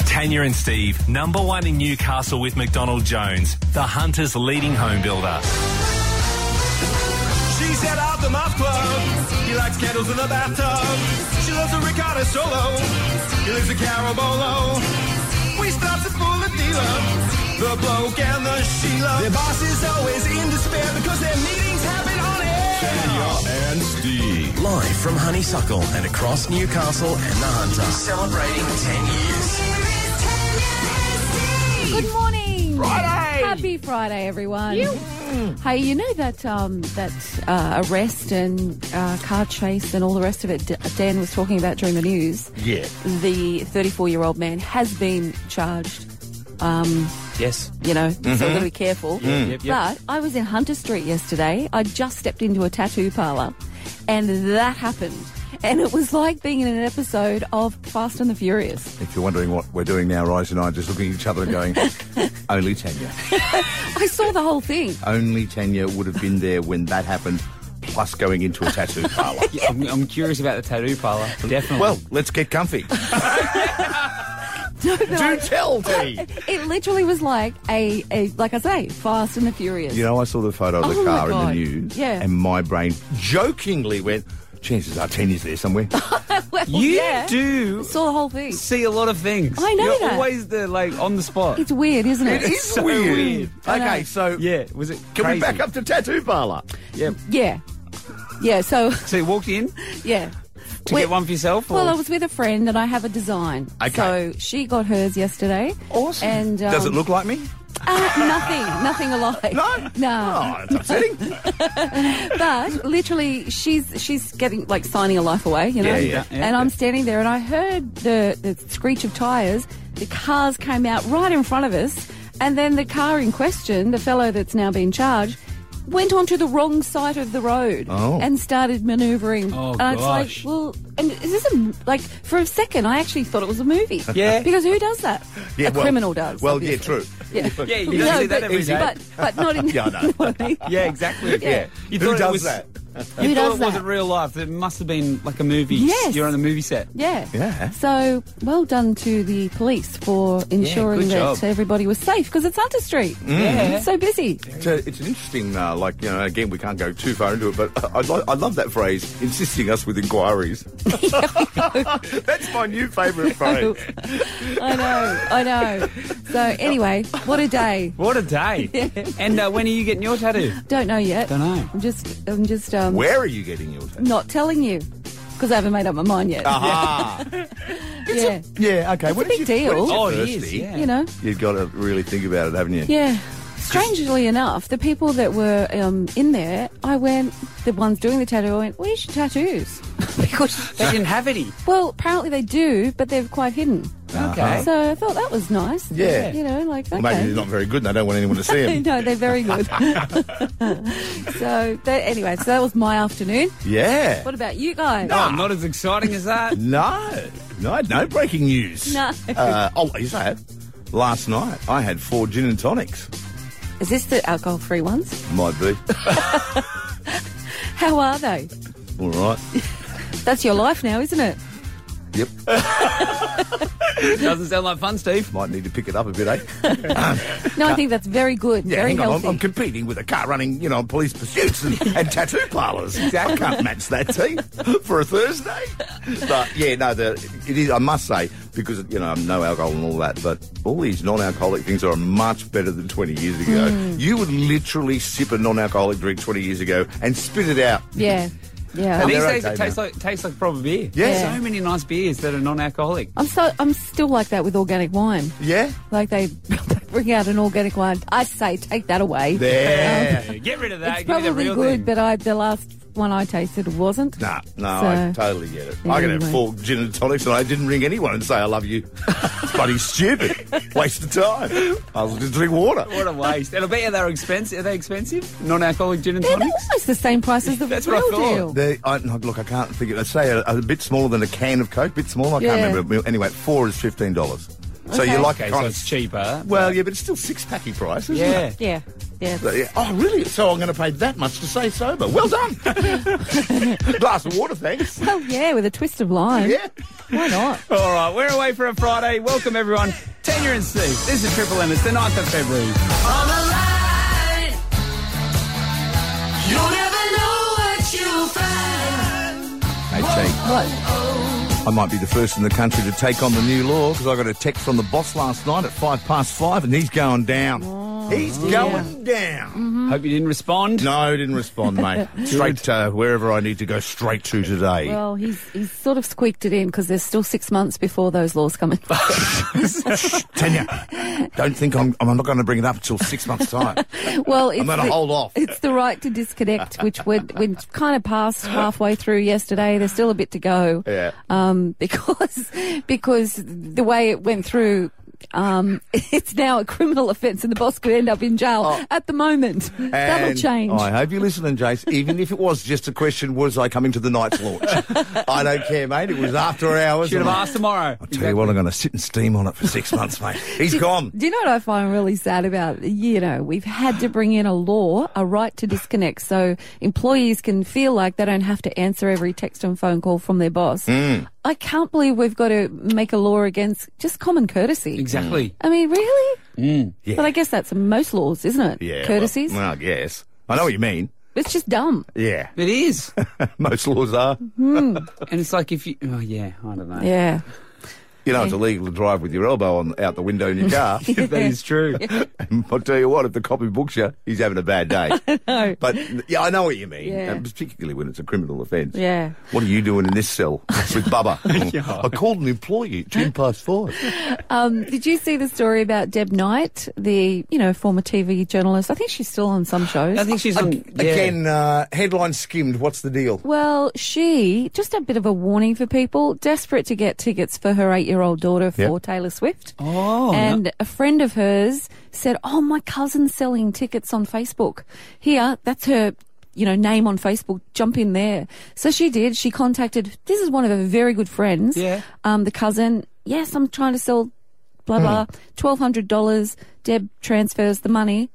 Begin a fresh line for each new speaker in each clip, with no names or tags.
Tanya and Steve, number one in Newcastle with McDonald Jones, the Hunter's leading home builder.
She's at out the Muff Club. He likes candles in the bathtub. She loves a ricotta solo. He lives a carabolo. We stopped at full of dealer. The bloke and the Sheila. Their boss is always in despair because their meetings happen on air.
and Steve.
Live from Honeysuckle and across Newcastle and the Hunter. Celebrating 10 years.
Good morning. Friday. Happy Friday, everyone. Hey, you know that um, that uh, arrest and uh, car chase and all the rest of it D- Dan was talking about during the news.
Yeah.
The 34 year old man has been charged. um,
Yes. Mm-hmm.
You know, so we've got to be careful.
Yep, yep.
But I was in Hunter Street yesterday. I just stepped into a tattoo parlor, and that happened. And it was like being in an episode of Fast and the Furious.
If you're wondering what we're doing now, Rose and I are just looking at each other and going, only Tanya.
I saw the whole thing.
Only Tanya would have been there when that happened, plus going into a tattoo parlor.
Yeah, I'm, I'm curious about the tattoo parlor. Definitely.
Well, let's get comfy.
No, no, I-
Do tell, T.
It literally was like a, a like I say, Fast and the Furious.
You know, I saw the photo of the
Oh my
car in the
God.
news,
Yeah.
and my brain jokingly went, chances are Tanya's there somewhere.
Well,
you
yeah.
do
saw the whole thing.
see a lot of things.
I know
You're
that.
always the like on the spot.
It's weird, isn't it?
It is
so
weird.
weird.
I know.
Okay, so
yeah. Was it?
can
crazy?
we back up to tattoo parlor?
Yeah.
Yeah, yeah. So
So you walked in to
yeah.
get one for yourself. Or?
Well, I was with a friend and I have a design.
Oh. Okay.
So she got hers yesterday.
Awesome.
And um,
Does it look like me?
uh, nothing? Nothing alike.
No.
No.
Oh, it's upsetting.
But literally, she's she's getting like signing a life away, you know.
Yeah, yeah,
yeah.
and I'm standing there, and I heard the the screech of tires. The cars came out right in front of us, and then the car in question, the fellow that's now been charged, went onto the wrong side of the road
Oh.
and started manoeuvring.
Oh,
and it's like,
gosh.
well, and is this a like for a second? I actually thought it was a movie.
Yeah.
because who does that?
Yeah,
a
well-
criminal does.
Well,
obviously.
yeah, true.
Yeah.
Yeah, you don't see that
but,
every day.
but but not in.
Yeah, I know.
what I mean?
yeah, exactly.
Yeah.
You
Who
thought
does
it was,
that?
You
Who
thought
does
it
that?
wasn't real life. It must have been like a movie.
Yes.
You're on a movie set.
Yeah.
Yeah.
So well done to the police for ensuring
good
that
job.
everybody was safe because it's Hunter Street.
Yeah.
It's so busy.
It's, a, it's an interesting, uh, like, you know, again, we can't go too far into it, but I, lo- I love that phrase, insisting us with inquiries. That's my new favourite phrase.
I know. I know. So anyway, what a day.
What a day. And uh, when are you getting your tattoo?
Don't know yet.
Don't know.
I'm just. I'm just. Um,
Where are you getting your tattoo?
Not telling you because I haven't made up my mind yet.
Ah,
yeah.
yeah, okay. What
a big deal.
Oh,
it
it
is.
is, yeah.
You know.
You've got to really think about it, haven't you?
Yeah. Strangely enough, the people that were um, in there, I went. The ones doing the tattoo, I went. Where's your tattoos? because
They didn't have any.
well, apparently they do, but they're quite hidden.
Uh-huh.
Okay.
So I thought that was nice.
Yeah.
You know, like, okay.
Well, maybe they're not very good and they don't want anyone to see them.
no, they're very good. so, that, anyway, so that was my afternoon.
Yeah.
What about you guys?
Oh, not as exciting as that.
No, no, no breaking news.
No.
Uh, oh, is that? Last night, I had four gin and tonics.
Is this the alcohol free ones?
Might be.
How are they?
All right.
That's your life now, isn't it?
Yep.
Doesn't sound like fun, Steve.
Might need to pick it up a bit, eh?
No, I think that's very good.
Yeah,
very
hang on.
healthy.
I'm, I'm competing with a car running, you know, on police pursuits and, and tattoo parlours. I can't match that team for a Thursday. But yeah, no, the, it is. I must say because you know I'm no alcohol and all that, but all these non-alcoholic things are much better than 20 years ago. You would literally sip a non-alcoholic drink 20 years ago and spit it out.
yeah. Yeah.
Oh,
These
they're
days
okay
it tastes
now.
like tastes like proper beer.
Yeah.
So many nice beers that are non-alcoholic.
I'm so I'm still like that with organic wine.
Yeah.
Like they bring out an organic wine. I say take that away.
There.
Get rid of that.
It's
Give me the
probably
real
good,
thing.
but I the last one I tasted wasn't.
Nah, no, I
So-
totally get it. I can have
Anyway.
four gin and tonics and I didn't ring anyone and say I love you. It's bloody stupid. Waste of time. I was just drink water.
What a waste. And I bet you they're expensive. Are they expensive? Non-alcoholic gin and
They're
tonics?
almost the same price as the
That's
real
what I thought.
deal.
They, I, no, look, I can't think. of I'd say a, a bit smaller than a can of Coke, bit smaller. I
Yeah.
can't remember. Anyway, four is fifteen dollars. So
Okay.
you like
Okay,
a
so
kind
it's cheaper.
Well, yeah, but it's still six packy price, isn't
Yeah.
it?
Yeah. Yes.
So, yeah, Oh, really? So I'm going to pay that much to stay sober. Well done. Glass of water, thanks.
Oh, yeah, with a twist of lime.
Yeah.
Why not?
All right, we're away for a Friday. Welcome, everyone. Tanya and Steve. This is Triple M. It's the 9th of February.
On the line, you'll never know what you'll find.
Hey, T,
What?
I might be the first in the country to take on the new law because I got a text from the boss last night at five past five and he's going down. he's going down.
Mm.
Hope you didn't respond.
No, didn't respond, mate. straight to wherever I need to go straight to today.
Well, he's, he's sort of squeaked it in because there's still six months before those laws come in.
Tanya, don't think I'm, I'm not going to bring it up until six months' time.
well, it's
gonna
the-
hold off.
It's the right to disconnect, which we're, we're kind of past halfway through yesterday. There's still a bit to go.
Yeah.
Um, because because the way it went through. Um, it's now a criminal offence, and the boss could end up in jail at the moment.
Oh.
That'll
And
change.
I hope you're listening, Jace. Even if it was just a question, was I coming to the night's launch? I don't care, mate. It was after hours.
Should have
and I-
asked tomorrow.
I'll tell you what, I'm going to sit and steam on it for six months, mate. He's gone.
Do you know what I find really sad about? You know, we've had to bring in a law, a right to disconnect, so employees can feel like they don't have to answer every text and phone call from their boss.
Mm.
I can't believe we've got to make a law against just common courtesy.
Exactly.
I mean, really? But I guess that's most laws, isn't it?
Yeah. well-
Courtesies.
Well, yes. I know what you mean.
It's just dumb.
Yeah.
It is.
Most laws are.
and it's like if you. Oh, yeah, I don't know.
Yeah.
You know, it's illegal to drive with your elbow on, out the window in your car.
That is true.
I'll tell you what, if the copy books you, he's having a bad day.
No.
But yeah, I know what you mean,
Yeah.
and particularly when it's a criminal offence.
Yeah.
What are you doing in this cell with Bubba? I called an employee at ten past five.
Um, did you see the story about Deb Knight, the you know former TV journalist? I think she's still on some shows.
I think she's on. yeah.
Again, uh, headline skimmed. What's the deal?
Well, she, just a bit of a warning for people, desperate to get tickets for her eight year old daughter for
Yep.
Taylor Swift.
Oh,
And a friend of hers said, Oh, my cousin's selling tickets on Facebook. Here, that's her. You know, name on Facebook, jump in there. So she did. She contacted, this is one of her very good friends.
Yeah.
Um, the cousin. Yes, I'm trying to sell blah,
Hmm.
blah, $1,200. Deb transfers the money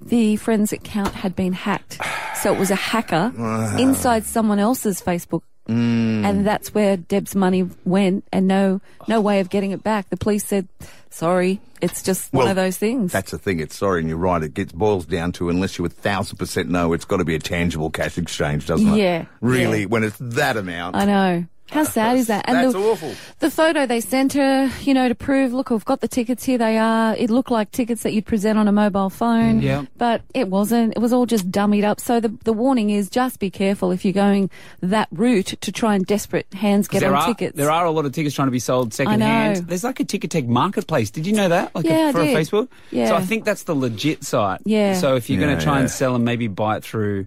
the friend's account had been hacked. So it was a hacker inside someone else's Facebook.
Mm.
And that's where Deb's money went and no no way of getting it back. The police said, sorry, it's just one
Well,
of those things.
That's the thing. It's sorry, and you're right. It gets boils down to unless you a thousand percent know, it's got to be a tangible cash exchange, doesn't it?
Yeah,
Really,
yeah.
when it's that amount.
I know. How sad is that?
That's
the,
awful.
The photo they sent her, you know, to prove, look, I've got the tickets, here they are. It looked like tickets that you'd present on a mobile phone.
Yeah.
But it wasn't. It was all just dummied up. So the, the warning is just be careful if you're going that route to try and desperate hands get
there
on
are,
tickets.
There are a lot of tickets trying to be sold
know.
secondhand. There's like a Ticketek marketplace. Did you know that? Like
Yeah, I
a, for
did.
a Facebook.
Yeah.
So I think that's the legit site.
Yeah.
So if you're going
Yeah,
to try
yeah.
and sell them, maybe buy it through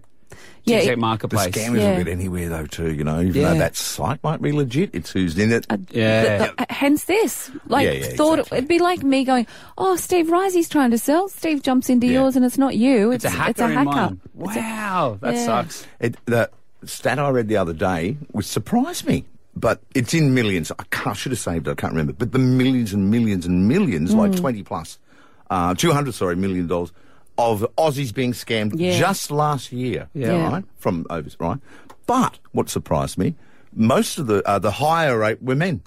Yeah,
Ticketek
it-
The
marketplace.
scammers
Yeah.
will get anywhere though, too. You know, even
Yeah.
though that site might be legit, it's who's in it.
yeah.
Th- th- hence this. Like,
Yeah, yeah,
thought
exactly.
it'd be like me going, "Oh, Steve Risey's trying to sell." Steve jumps into
Yeah.
yours, and it's not you.
It's a hacker in
hacker.
mine.
It's a-
Wow, that
yeah.
sucks.
It, the stat I read the other day which surprised me, but it's in millions. I, can't, I should have saved it. I can't remember, but the millions and millions and millions,
Hmm.
like twenty plus, uh, two hundred, sorry, million dollars of Aussies being scammed
Yeah.
just last year.
Yeah.
right from over right. But what surprised me, most of the uh, the higher rate were men.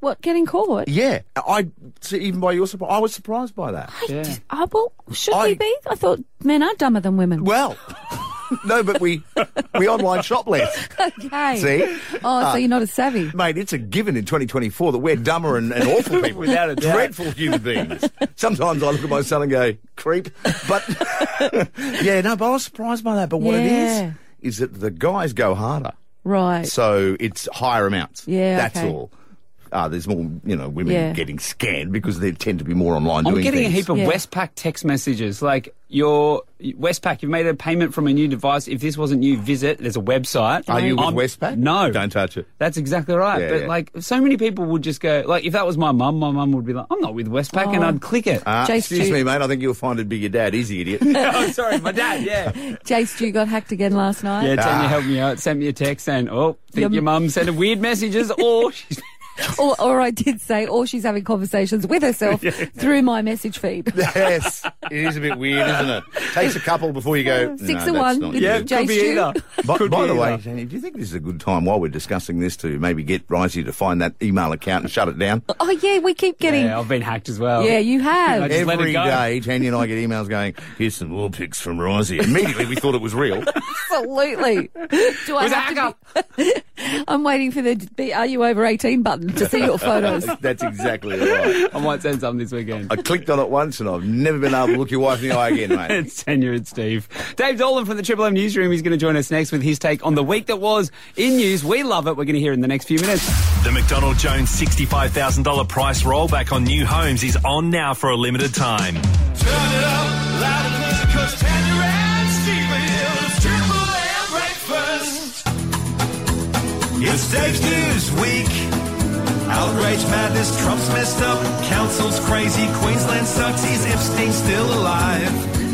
what getting caught?
Yeah, I see, even by your surprise, I was surprised by that.
Yeah.
Oh, well, should
I-
we be? I thought men are dumber than women.
Well, no, but we we online shop less.
okay.
See?
Oh, so you're not as savvy.
Mate, it's a given in 2024 that we're dumber and, and awful people.
Without a doubt.
Dreadful human beings. Sometimes I look at my son and go, creep. But, yeah, no, but I was surprised by that. But what
Yeah.
it is, is that the guys go harder.
Right.
So it's higher amounts.
Yeah,
That's
okay.
all. Uh, there's more, you know, women
Yeah.
getting scanned because they tend to be more online
I'm
doing
getting a
things.
heap of
Yeah.
Westpac text messages. Like your Westpac, you've made a payment from a new device. If this wasn't you, visit. There's a website.
Are you with
I'm-
Westpac?
No,
Don't touch it.
That's exactly right.
Yeah,
but
yeah.
like, so many people would just go. Like, if that was my mum, my mum would be like, "I'm not with Westpac,"
Oh.
and I'd click it.
Uh,
Jace, do
excuse
you-
me, mate. I think you'll find it'd be your dad. He's the idiot.
oh, sorry, my dad. Yeah, yeah.
Jace, you got hacked again last night.
Ah.
Tanya helped me out. Sent me a text saying, "Oh, think
Your-
your mum sent a weird messages, or she's
or, or I did say, or she's having conversations with herself through my message feed.
Yes, it is a bit weird, isn't it? Takes a couple before you go.
Six
no,
of
that's
one.
not
Bit
you."
of Jay Stu.
By,
Could
by
be
the way,
either.
Jenny, do you think this is a good time while we're discussing this to maybe get Ricey to find that email account and shut it down?
Oh yeah, we keep getting.
Yeah,
Yeah,
I've been hacked as well.
you have.
I just let it
Every
go.
day, Tanya and I get emails going, here's some war pics from Ricey. Immediately we thought it was real.
Absolutely. Do I
Was
have to be- I'm waiting for the be, "Are you over 18?" button to see your photos.
That's exactly right.
I might send some this weekend.
I clicked on it once and I've never been able to look your wife in the eye again, mate.
It's Tanya and Steve. Dave Dolan from the Triple M Newsroom is going to join us next with his take on the week that was in news. We love it. We're going to hear it in the next few minutes.
The McDonald Jones $65,000 price rollback on new homes is on now for a limited time.
Turn it up loud and clear, 'cause Tanya and Steve are here. It's Triple M breakfast. It's Dave's News Week. Outrage, madness, Trump's messed up, council's crazy, Queensland sucks, is Epstein still alive?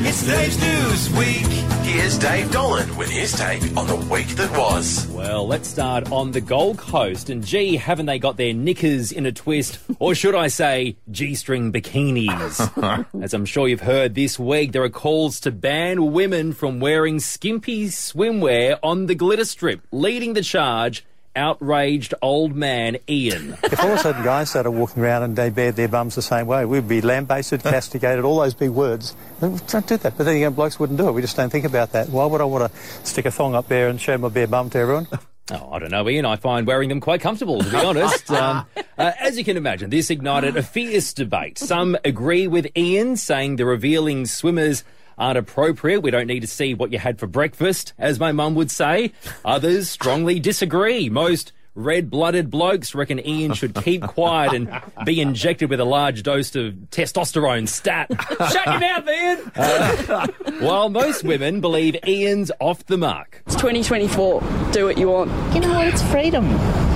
It's Dave's News Week.
Here's Dave Dolan with his take on the week that was.
Well, let's start on the Gold Coast. And gee, haven't they got their knickers in a twist, or should I say, G string bikinis? As I'm sure you've heard this week, there are calls to ban women from wearing skimpy swimwear on the glitter strip, leading the charge. Outraged old man Ian.
If all of a sudden guys started walking around and they bared their bums the same way, we'd be lambasted, castigated, all those big words. We Don't do that. But then again, blokes wouldn't do it. We just don't think about that. Why would I want to stick a thong up there and show my bare bum to everyone?
Oh, I don't know, Ian. I find wearing them quite comfortable, to be honest. Um, uh, as you can imagine, this ignited a fierce debate. Some agree with Ian, saying the revealing swimmers aren't appropriate. We don't need to see what you had for breakfast, as my mum would say. Others strongly disagree. Most red blooded blokes reckon Ian should keep quiet and be injected with a large dose of testosterone stat. Shut your mouth, Ian! Uh, while most women believe Ian's off the mark.
2024. Do what you want.
You know what? It's freedom.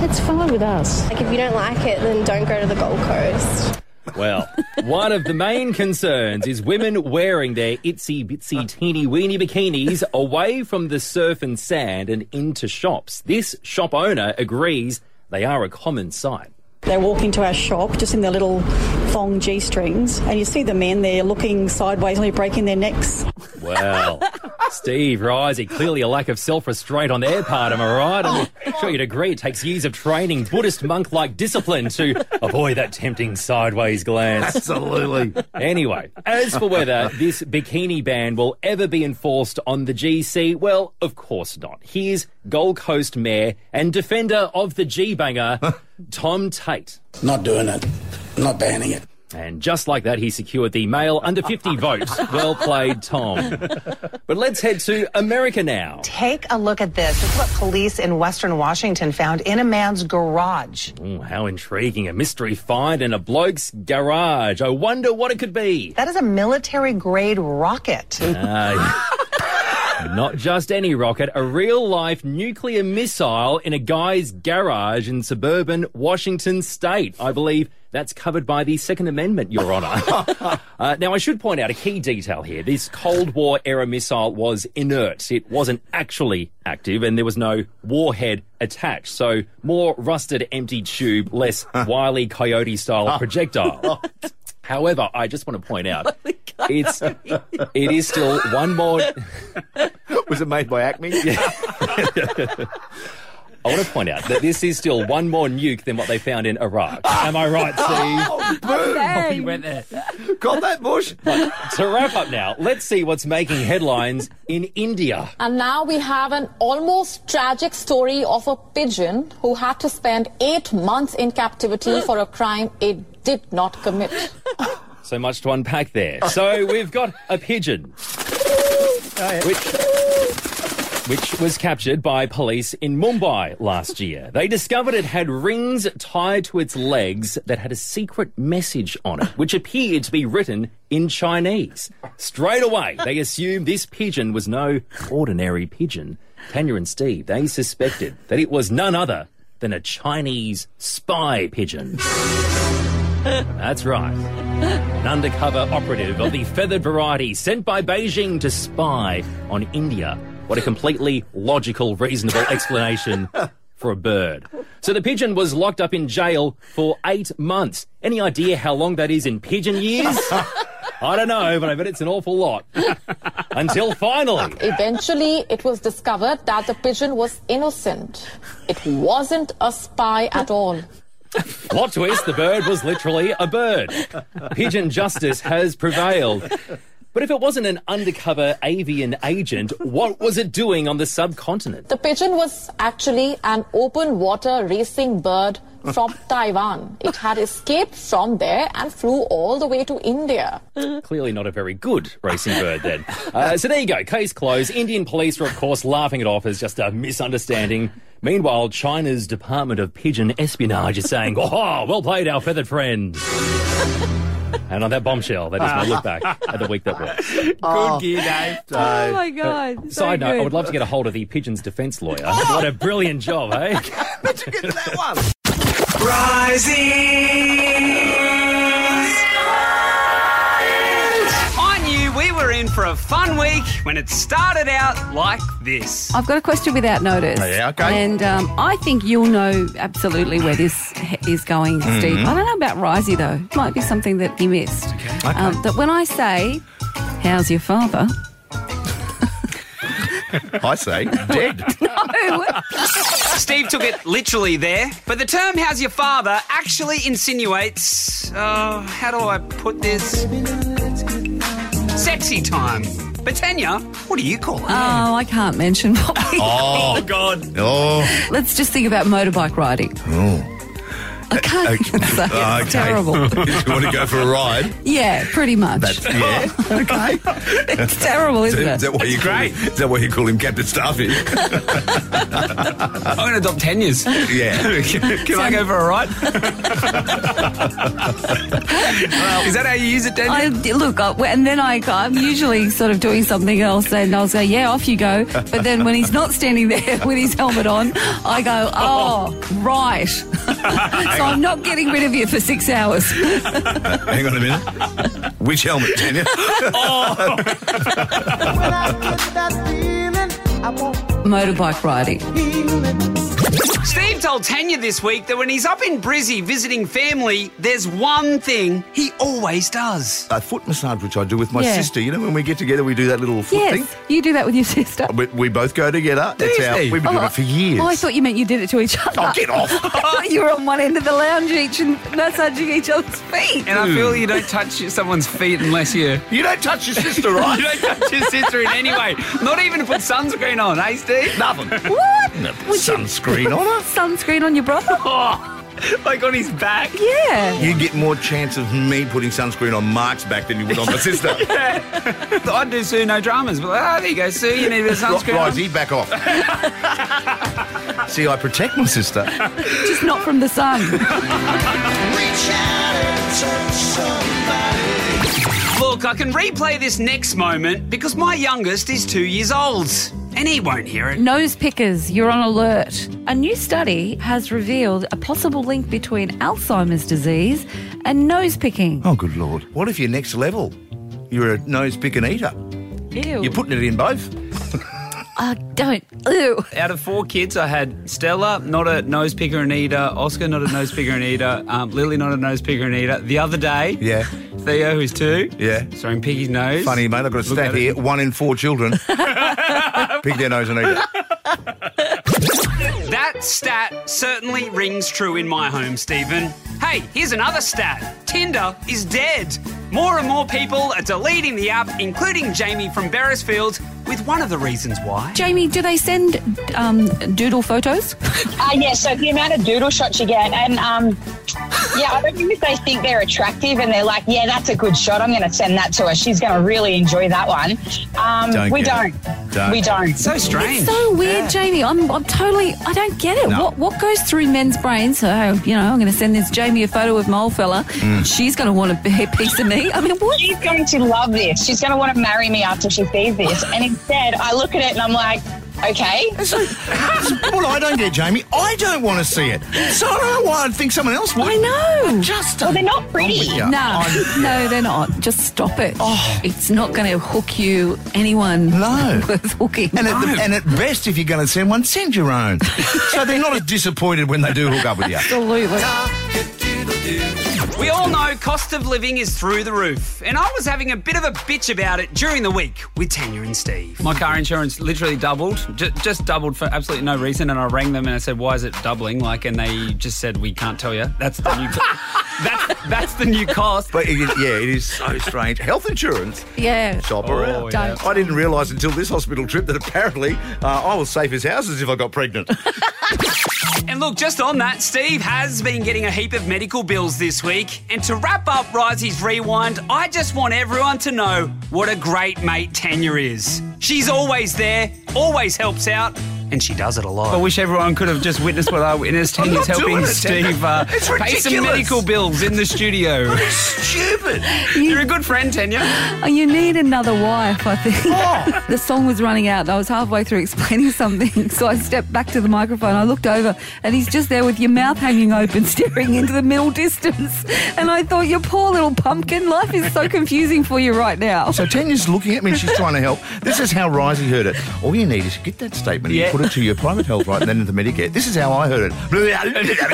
It's fine with us.
Like, if you don't like it, then don't go to the Gold Coast.
Well, one of the main concerns is women wearing their itsy bitsy teeny weeny bikinis away from the surf and sand and into shops. This shop owner agrees they are a common sight.
They walk into our shop just in their little thong G strings, and you see the men there looking sideways, nearly breaking their necks.
Well, Steve Risey, clearly a lack of self restraint on their part, am I right? I'm sure you'd agree it takes years of training, Buddhist monk like discipline to avoid that tempting sideways glance.
Absolutely.
Anyway, as for whether this bikini ban will ever be enforced on the GC, well, of course not. Here's Gold Coast Mayor and defender of the G banger, Tom Tate.
Not doing it. Not banning it.
And just like that, he secured the male under 50 votes. Well played, Tom. But let's head to America now.
Take a look at this. It's what police in Western Washington found in a man's garage.
Ooh, how intriguing. A mystery find in a bloke's garage. I wonder what it could be.
That is a military grade rocket.
Uh, not just any rocket, a real life nuclear missile in a guy's garage in suburban Washington state. I believe that's covered by the Second Amendment, Your Honor. uh, now, I should point out a key detail here. This Cold War era missile was inert, it wasn't actually active, and there was no warhead attached. So, more rusted, empty tube, less wily coyote style projectile. However, I just want to point out it's it is still one more
Was it made by Acme?
I want to point out that this is still one more nuke than what they found in Iraq. Am I right, Steve?
Dang.
Got that, Bush?
to wrap up now, let's see what's making headlines in India.
And now we have an almost tragic story of a pigeon who had to spend eight months in captivity for a crime it did not commit.
So much to unpack there. So we've got a pigeon, which which was captured by police in Mumbai last year. They discovered it had rings tied to its legs that had a secret message on it, which appeared to be written in Chinese. Straight away, they assumed this pigeon was no ordinary pigeon. Tanya and Steve, they suspected that it was none other than a Chinese spy pigeon. That's right. An undercover operative of the feathered variety sent by Beijing to spy on India. What a completely logical, reasonable explanation for a bird. So the pigeon was locked up in jail for eight months. Any idea how long that is in pigeon years? I don't know, but I bet it's an awful lot. Until finally.
Eventually, it was discovered that the pigeon was innocent. It wasn't a spy at all.
Plot twist the bird was literally a bird. Pigeon justice has prevailed. But if it wasn't an undercover avian agent, what was it doing on the subcontinent?
The pigeon was actually an open water racing bird from Taiwan. It had escaped from there and flew all the way to India.
Clearly not a very good racing bird then. Uh, so there you go, case closed. Indian police were, of course, laughing it off as just a misunderstanding. Meanwhile, China's Department of Pigeon Espionage is saying, oh, well played, our feathered friend. And on that bombshell, that is my look back at the week that was.
Good gear, Dave.
Uh,
Oh my god! so
Side note, I
good.
would love to get a hold of the pigeon's defence lawyer. What a brilliant job, eh?
I knew we were in for a fun week when it started out like this.
I've got a question without notice.
Oh, yeah, okay.
And um, I think you'll know absolutely where this he- is going,
Mm-hmm.
Steve. I don't know about Risey, though. It might be something that you missed. Um, that when I say, How's your father?
I say, dead.
Oh,
Steve took it literally there, but the term "How's your father?" actually insinuates. Uh, how do I put this? Sexy time. But Tanya, what do you call it?
Oh, I can't mention what we
Oh,
God.
oh,
Let's just think about motorbike riding. I can't even say it.
okay.
It's terrible.
you want to go for a ride?
Yeah, pretty much.
That's yeah. Okay.
it's terrible,
Is
isn't
that,
it?
is that why you call
great.
him, Is that why you call him Captain Starfish?
I'm going to adopt Tanya's.
yeah.
Can I go for a ride? Is that how you use it, Tanya?
I, look, I, and then I, I'm usually sort of doing something else, and I'll say, "Yeah, off you go." But then when he's not standing there with his helmet on, I go, "Oh, right." so I'm not getting rid of you for six hours.
Hang on a minute. Which helmet, Tanya?
Motorbike riding.
Steve told Tanya this week that when he's up in Brizzy visiting family, there's one thing he always does.
a foot massage, which I do with my
Yeah.
sister. You know, when we get together, we do that little foot thing.
Yes, you do that with your sister.
We, we both go together. That's
you
our,
see?
we've been doing it for years.
Oh, I thought you meant you did it to each other.
Oh, get off.
I thought you were on one end of the lounge each and massaging each other's feet.
And I feel you don't touch someone's feet unless you.
you don't touch your sister, right?
You don't touch your sister in any way. Not even to put sunscreen on, eh, Steve?
Nothing.
What?
No, sunscreen on it.
Sunscreen on your brother?
Oh, like on his back.
Yeah.
You get more chance of me putting sunscreen on Mark's back than you would on my sister.
I'd do Sue no dramas, but ah, there you go, Sue. You need a bit of sunscreen. on.
Risey, back off. See, I protect my sister.
Just not from the sun.
Look, I can replay this next moment because my youngest is two years old, and he won't hear it.
Nose pickers, you're on alert. A new study has revealed a possible link between Alzheimer's disease and nose picking.
Oh, good lord. What if you're next level? You're a nose pick and eater.
Ew.
You're putting it in both.
I don't. Ew.
Out of four kids, I had Stella, not a nose picker and eater, Oscar, not a nose picker and eater, um, Lily, not a nose picker and eater. The other day,
Yeah.
Theo, who's two,
Yeah.
throwing Piggy's nose.
Funny, mate. I've got a
Look at
stat
it.
here. One in four children pick their nose and eat it.
That stat certainly rings true in my home, Stephen. Hey, here's another stat Tinder is dead. More and more people are deleting the app, including Jamie from Beresfield, with one of the reasons why.
Jamie, do they send um, doodle photos?
Uh, yeah, so the amount of doodle shots you get, and um, yeah, I don't think if they think they're attractive and they're like, yeah, that's a good shot, I'm going to send that to her. She's going to really enjoy that one. Um,
Don't
we
get
don't.
it. Don't.
We don't.
So strange.
It's so weird, Jamie. I'm, I'm totally. I don't get it. What what goes through men's brains? So, you know, I'm going to send this Jamie a photo of my old fella.
Mm.
She's going to want a b- piece of me. I mean, what?
She's going to love this. She's going to want to marry me after she sees this. And instead, I look at it and I'm like, Okay.
what I don't get, Jamie, I don't want to see it. So I don't know why I'd think someone else would. I know. just well,
they're not pretty.
No, no, they're not. Just stop it.
Oh.
It's not going to hook you, anyone no. worth hooking.
And at, the, and at best, if you're going to send one, send your own. so they're not as disappointed when they do hook up with you.
Absolutely.
We all know cost of living is through the roof, and I was having a bit of a bitch about it during the week with Tanya and Steve. My car insurance literally doubled, ju- just doubled for absolutely no reason. And I rang them and I said, "Why is it doubling?" Like, and they just said, "We can't tell you." That's the new. that's that's the new cost.
But it is, yeah, it is so strange. Health insurance.
Yeah.
Shop around.
yeah. Don't.
Oh, I didn't realise until this hospital trip that apparently uh, I was safe as houses if I got pregnant.
And look, just on that, Steve has been getting a heap of medical bills this week. And to wrap up Risey's Rewind, I just want everyone to know what a great mate Tanya is. She's always there, always helps out, and she does it a lot. I
wish everyone could have just witnessed what I witnessed. Tanya's helping Steve uh,
It's
pay some
ridiculous.
medical bills in the studio.
Stupid.
You're a good friend, Tanya.
Oh, you need another wife, I think. the song was running out. I was halfway through explaining something, so I stepped back to the microphone. I looked over, and he's just there with your mouth hanging open, staring into the middle distance. And I thought, your poor little pumpkin, life is so confusing for you right now.
So Tanya's looking at me and she's trying to help. This is how Risey heard it. All you need is you get that statement
Yeah.
and you put it to your private health right and then into Medicare. This is how I heard it.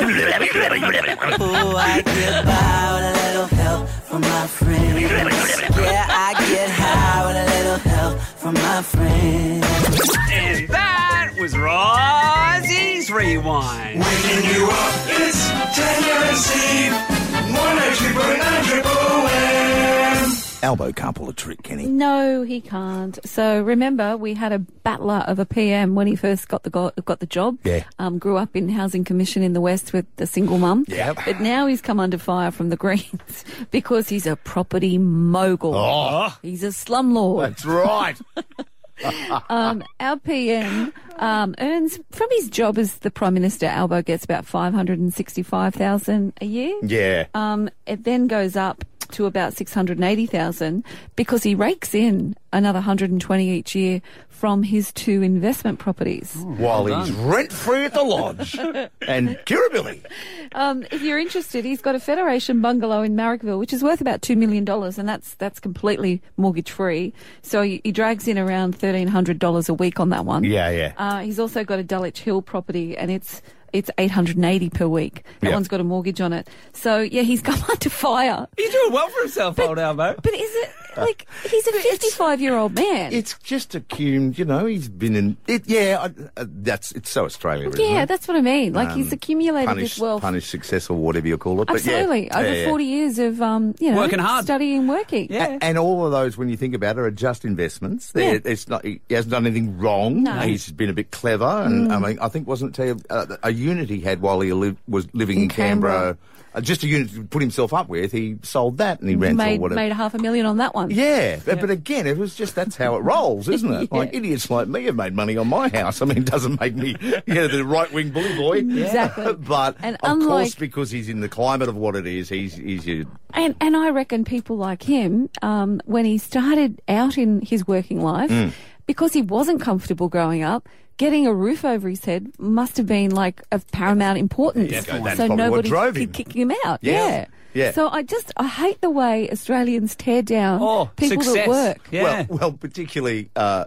Oh, I get by with a little help from my friends. Yeah, I get high with a little help from my friends.
And that was Risey's Rewind.
Waking you up, it's Tanya and Steve. 103.9 Triple M.
Albo can't pull a trick, can he?
No, he can't. So remember, we had a battler of a PM when he first got the go- got the job.
Yeah.
Um, grew up in housing commission in the West with the single mum.
Yeah.
But now he's come under fire from the Greens because he's a property mogul.
Oh.
He's a slumlord.
That's right.
um, our PM um, earns from his job as the Prime Minister. Albo gets about five hundred and sixty-five thousand a year.
Yeah.
Um, it then goes up to about 680,000 because he rakes in another 120 each year from his two investment properties.
While he's rent free at the lodge and Kirribilli.
Um, if you're interested, he's got a Federation bungalow in Marrickville, which is worth about $2 million, and that's, that's completely mortgage free. So he, he drags in around $1,300 a week on that one.
Yeah, yeah.
Uh, he's also got a Dulwich Hill property, and it's it's 880 per week. That
Yeah.
one's got a mortgage on it. So, yeah, he's come under fire.
He's doing well for himself, old Albo.
But is it like he's a fifty-five-year-old man?
It's just accumulated, you know, he's been in. It, yeah, I, uh, that's it's so Australia, isn't
yeah,
it?
that's what I mean. Like
Um,
he's accumulated
punish,
this wealth.
Punish success or whatever you call it. But yeah.
Absolutely,
Yeah,
over
yeah.
forty years of um, you know,
Working hard.
studying, and working.
A- And all of those, when you think about it, are just investments. They're,
Yeah.
It's not. He hasn't done anything wrong.
No.
He's been a bit clever, and I
Mm.
mean, I think wasn't he, uh, a unit he had while he li- was living in, Canberra. uh, just a unit to put himself up with. He sold that and he rents
made
or whatever.
made a half a million on that one.
yeah, but- but again, it was just that's how it rolls, isn't it? Like idiots like me have made money on my house. I mean, it doesn't make me, you know, the right wing bully boy.
Exactly.
but
And
of course,
unlike-
because he's in the climate of what it is, he's he's your
And and I reckon people like him, um, when he started out in his working life,
Mm.
because he wasn't comfortable growing up, getting a roof over his head must have been like of paramount importance.
Yeah, that's
so
probably what
nobody
drove
could
him.
kick him out.
Yeah.
Yeah.
Yeah.
So I just I hate the way Australians tear down
Oh,
people that work.
Well, well particularly, uh,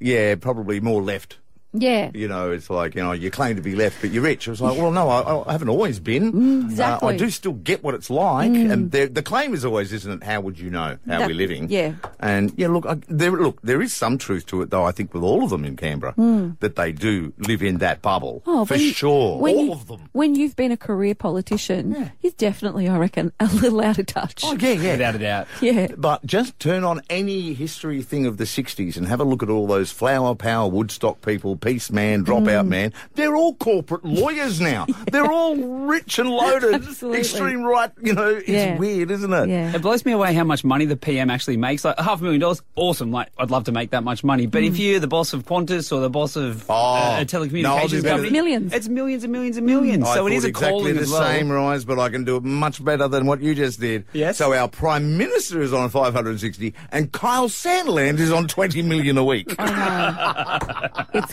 yeah, probably more left.
Yeah.
You know, it's like, you know, you claim to be left, but you're rich. I was like, well, no, I, I haven't always been.
Mm, exactly.
Uh, I do still get what it's like.
Mm.
And the, the claim is always, isn't it, how would you know how
That-
we're living?
yeah.
And, yeah, look, I, there, look, there is some truth to it, though, I think, with all of them in Canberra,
Mm. Oh,
that they do live in that bubble. for
when you-
sure.
when
all
you-
of them.
When you've been a career politician, you're definitely, I reckon, a little out of touch.
Oh, yeah, yeah. Without
a doubt.
Yeah.
But just turn on any history thing of the 60s and have a look at all those flower power, Woodstock people, peace man, dropout man. They're all corporate lawyers now. They're all rich and loaded.
Absolutely.
Extreme right, you know, it's
Yeah.
weird, isn't it?
It blows me away how much money the PM actually makes. Like half a million dollars, awesome. Like I'd love to make that much money. But if you're the boss of Qantas or the boss of
Oh,
uh, a telecommunications company, It's millions and millions and millions.
Hmm. I
so it
thought
is a
exactly
calling
the
as well.
same rise, but I can do it much better than what you just did. Yes. So our prime minister is on 560, and Kyle Sandland is on 20 million a week.
it's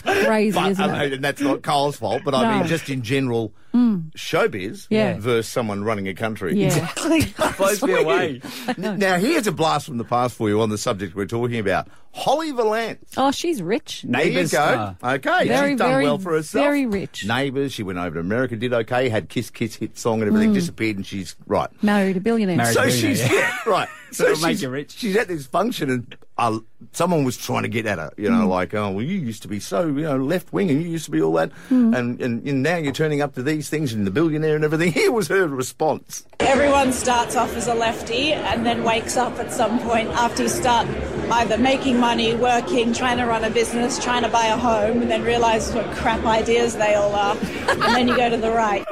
crazy,
But, um,
isn't
I
it?
mean, and that's not Cole's fault, but I
No. Mm.
mean, just in general, showbiz
Yeah.
versus someone running a country.
Yeah.
Blows me away. now, here's a blast from the past for you on the subject we're talking about Holly Valance.
Oh, she's rich.
There you go. Okay,
Very,
she's done
very,
well for herself.
Very rich.
Neighbours, she went over to America, did okay, had Kiss Kiss hit song and everything,
Mm.
disappeared, and she's right.
Married a billionaire.
so she's yeah, right.
So it'll
she's,
make
you
rich. She's at this function, and uh, someone was trying to get at her. You know,
Mm.
like, oh, well, you used to be so you know left wing, and you used to be all that,
Mm.
and, and and now you're turning up to these things and the billionaire and everything. Here was her response.
Everyone starts off as a lefty and then wakes up at some point after you start either making money, working, trying to run a business, trying to buy a home, and then realize what crap ideas they all are. And then you go to the right.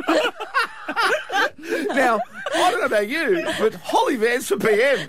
now, I don't know about you, but Holly Vance for PM.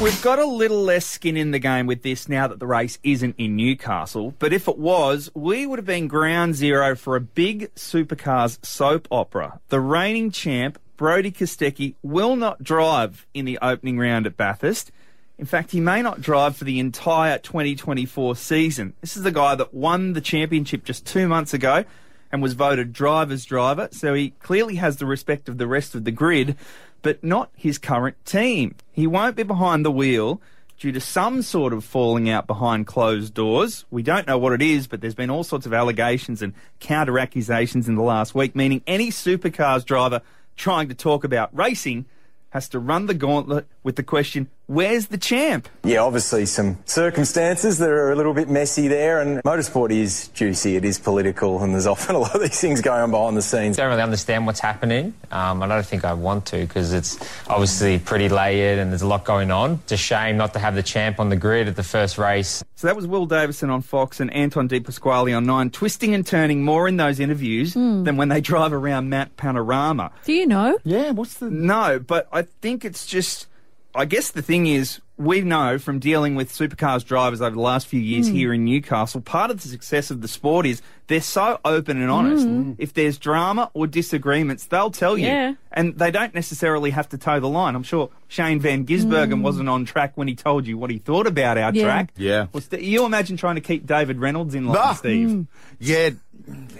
We've got a little less skin in the game with this now that the race isn't in Newcastle, but if it was, we would have been ground zero for a big supercars soap opera. The reigning champ, Brody Kostecki, will not drive in the opening round at Bathurst. In fact, he may not drive for the entire 2024 season. This is the guy that won the championship just two months ago and was voted driver's driver, so he clearly has the respect of the rest of the grid, but not his current team. He won't be behind the wheel due to some sort of falling out behind closed doors. We don't know what it is, but there's been all sorts of allegations and counter accusations in the last week, meaning any supercars driver trying to talk about racing has to run the gauntlet with the question, where's the champ?
Yeah, obviously some circumstances that are a little bit messy there, and motorsport is juicy. It is political, and there's often a lot of these things going on behind the scenes.
Don't really understand what's happening. Um, I don't think I want to because it's obviously pretty layered and there's a lot going on. It's a shame not to have the champ on the grid at the first race.
So that was Will Davison on Fox and Anton Di Pasquale on Nine, twisting and turning more in those interviews than when they drive around Mount Panorama.
Do you know?
Yeah, what's the.
No, but I think it's just. I guess the thing is, we know from dealing with supercars drivers over the last few years
Mm.
here in Newcastle, part of the success of the sport is they're so open and honest.
Mm.
If there's drama or disagreements, they'll tell you.
Yeah.
And they don't necessarily have to toe the line. I'm sure Shane Van Gisbergen
Mm.
wasn't on track when he told you what he thought about our
Yeah.
track.
Yeah.
Well, Ste you imagine trying to keep David Reynolds in line,
Ah,
Steve.
mm. Yeah.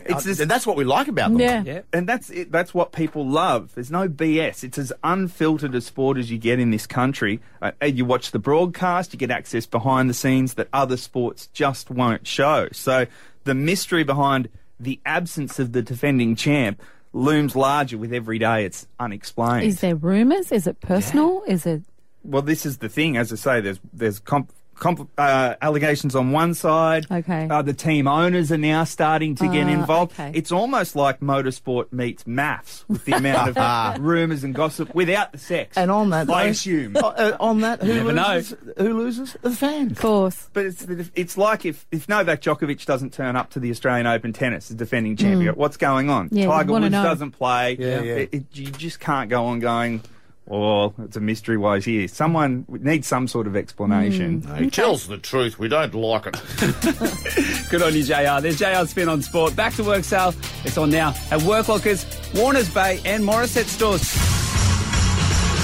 It's
Uh, and that's what we like about them. Yeah.
And that's it. That's what people love. There's no BS. It's as unfiltered a sport as you get in this country. Uh, and you watch the broadcast, you get access behind the scenes that other sports just won't show. So the mystery behind the absence of the defending champ looms larger with every day. It's unexplained.
Is there rumours? Is it personal? Is it
Well, this is the thing. As I say, there's there's comp, comp, uh, allegations on one side.
Okay.
Uh, the team owners are now starting to get
Ah,
involved.
okay.
It's almost like motorsport meets maths with the amount of rumours and gossip without the sex.
And on that,
I
though-
assume.
Uh, uh, on that, who
Never know.
loses? Who loses? The fans. Of
course.
But it's the- it's like if, if Novak Djokovic doesn't turn up to the Australian Open tennis as defending champion,
Mm.
what's going on?
Yeah, you
Tiger
wanna
Woods
know.
doesn't play.
Yeah, yeah.
It- it- you just can't go on going. Oh, it's a mystery. Why he's here? Someone needs some sort of explanation.
Mm. No, he Okay. tells
the truth. We don't like it.
Good on you, JR. There's JR's spin on sport. Back to work sale. It's on now at Work Lockers, Warner's Bay, and Morisset stores.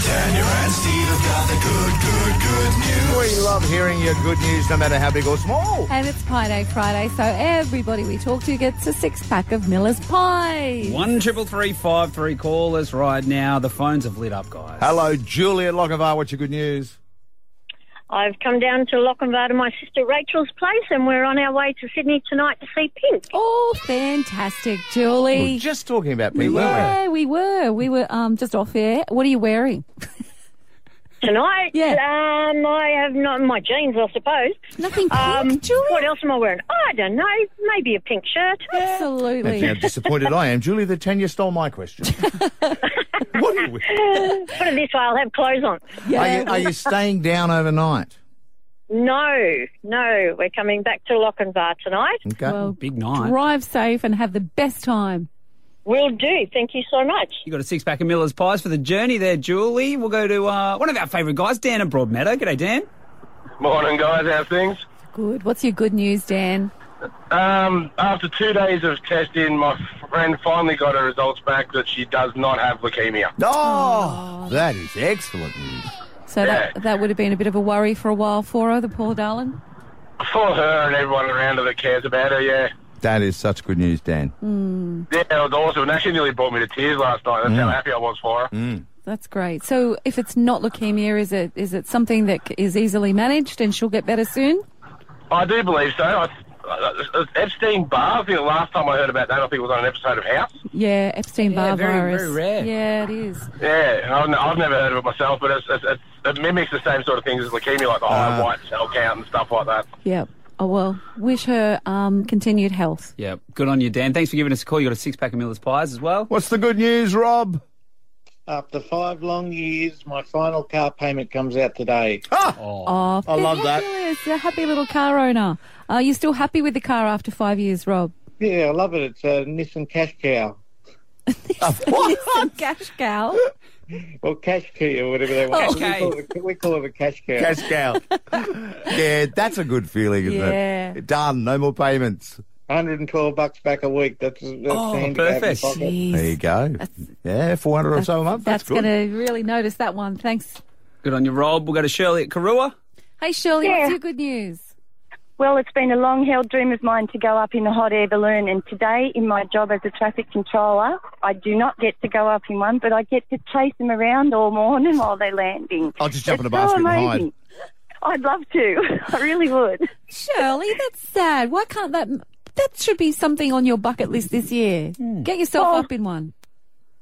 Tanya and Steve have got the good, good, good news.
We love hearing your good news, no matter how big or small.
And it's Pie Day Friday, so everybody we talk to gets a six pack of Miller's Pie.
One triple three five three. Call us right now. The phones have lit up, guys.
Hello, Julia Lockavar. What's your good news?
I've come down to Lochinvar to my sister Rachel's place, and we're on our way to Sydney tonight to see Pink.
Oh, fantastic, Julie.
Oh, We were just talking about me, weren't
yeah, we were. We were um, just off air. What are you wearing?
Tonight, yeah. um, I have not my jeans, I suppose.
Nothing pink,
Um,
Um,
What else am I wearing? Oh, I don't know. Maybe a pink shirt.
we? That's
Absolutely.
how disappointed I am. Julia, the tenure stole my question.
Put it this way, I'll have clothes on.
Are, you, are you staying down overnight?
No, no. We're coming back to Lochinvar tonight.
Okay.
Well,
Big night.
Drive safe and have the best time.
Will do. Thank you so much.
You got a six pack of Miller's pies for the journey there, Julie. We'll go to uh, one of our favourite guys, Dan in Broadmeadow. G'day, Dan.
Morning, guys. How's things?
Good. What's your good news, Dan?
Um, after two days of testing, my f- friend finally got her results back that she does not have leukemia.
Oh, that is excellent news.
So that, that would have been a bit of a worry for a while for her, the poor darling.
For her and everyone around her that cares about her, yeah.
That is such good news, Dan.
Mm,
Yeah, it was awesome. And that actually nearly brought me to tears last night. That's
Mm.
how happy I was for her.
that's great. So if it's not leukemia, is it is it something that c- is easily managed and she'll get better soon?
I do believe so. I, I, Epstein Barr, I think the last time I heard about that, I think it was on an episode of House.
Yeah, Epstein Barr
very,
virus.
very rare.
Yeah, it is.
Yeah, and I've, n- I've never heard of it myself, but it's, it's, it's, it mimics the same sort of things as leukemia, like the
Ah.
high white cell count and stuff like that.
Yep. Oh well, wish her um, continued health.
Yeah, good on you, Dan. Thanks for giving us a call. You got a six pack of Miller's pies as well.
What's the good news, Rob?
After five long years, my final car payment comes out today.
Ah!
Oh,
I love that.
fabulous. A happy little car owner. Are you still happy with the car after five years, Rob?
Yeah, I love it. It's a Nissan Cash Cow.
Nissan cash cow.
Or Cash Key or
Oh,
whatever they want.
Cash
We, call it, a- we call it a Cash Cow.
Cash cow. yeah, that's a good feeling, isn't
Yeah.
it? Done. No more payments.
112 bucks back a week. That's, that's
Oh,
handy to have in
perfect.
pocket.
There you go. yeah, 400 or
Oh,
so a month.
That's going to really notice that one. Thanks.
Good on you, Rob. We'll go to Shirley at Karua.
Hey, Shirley,
Yeah.
what's your good news?
Well, it's been a long held dream of mine to go up in the hot air balloon, and today in my job as a traffic controller, I do not get to go up in one, but I get to chase them around all morning while they're landing.
I'll just jump in
It's
a basket
so
and hide.
amazing. I'd love to. I really would.
Shirley, that's sad. Why can't that? That should be something on your bucket list this year.
Hmm.
Get yourself
Oh.
up in one.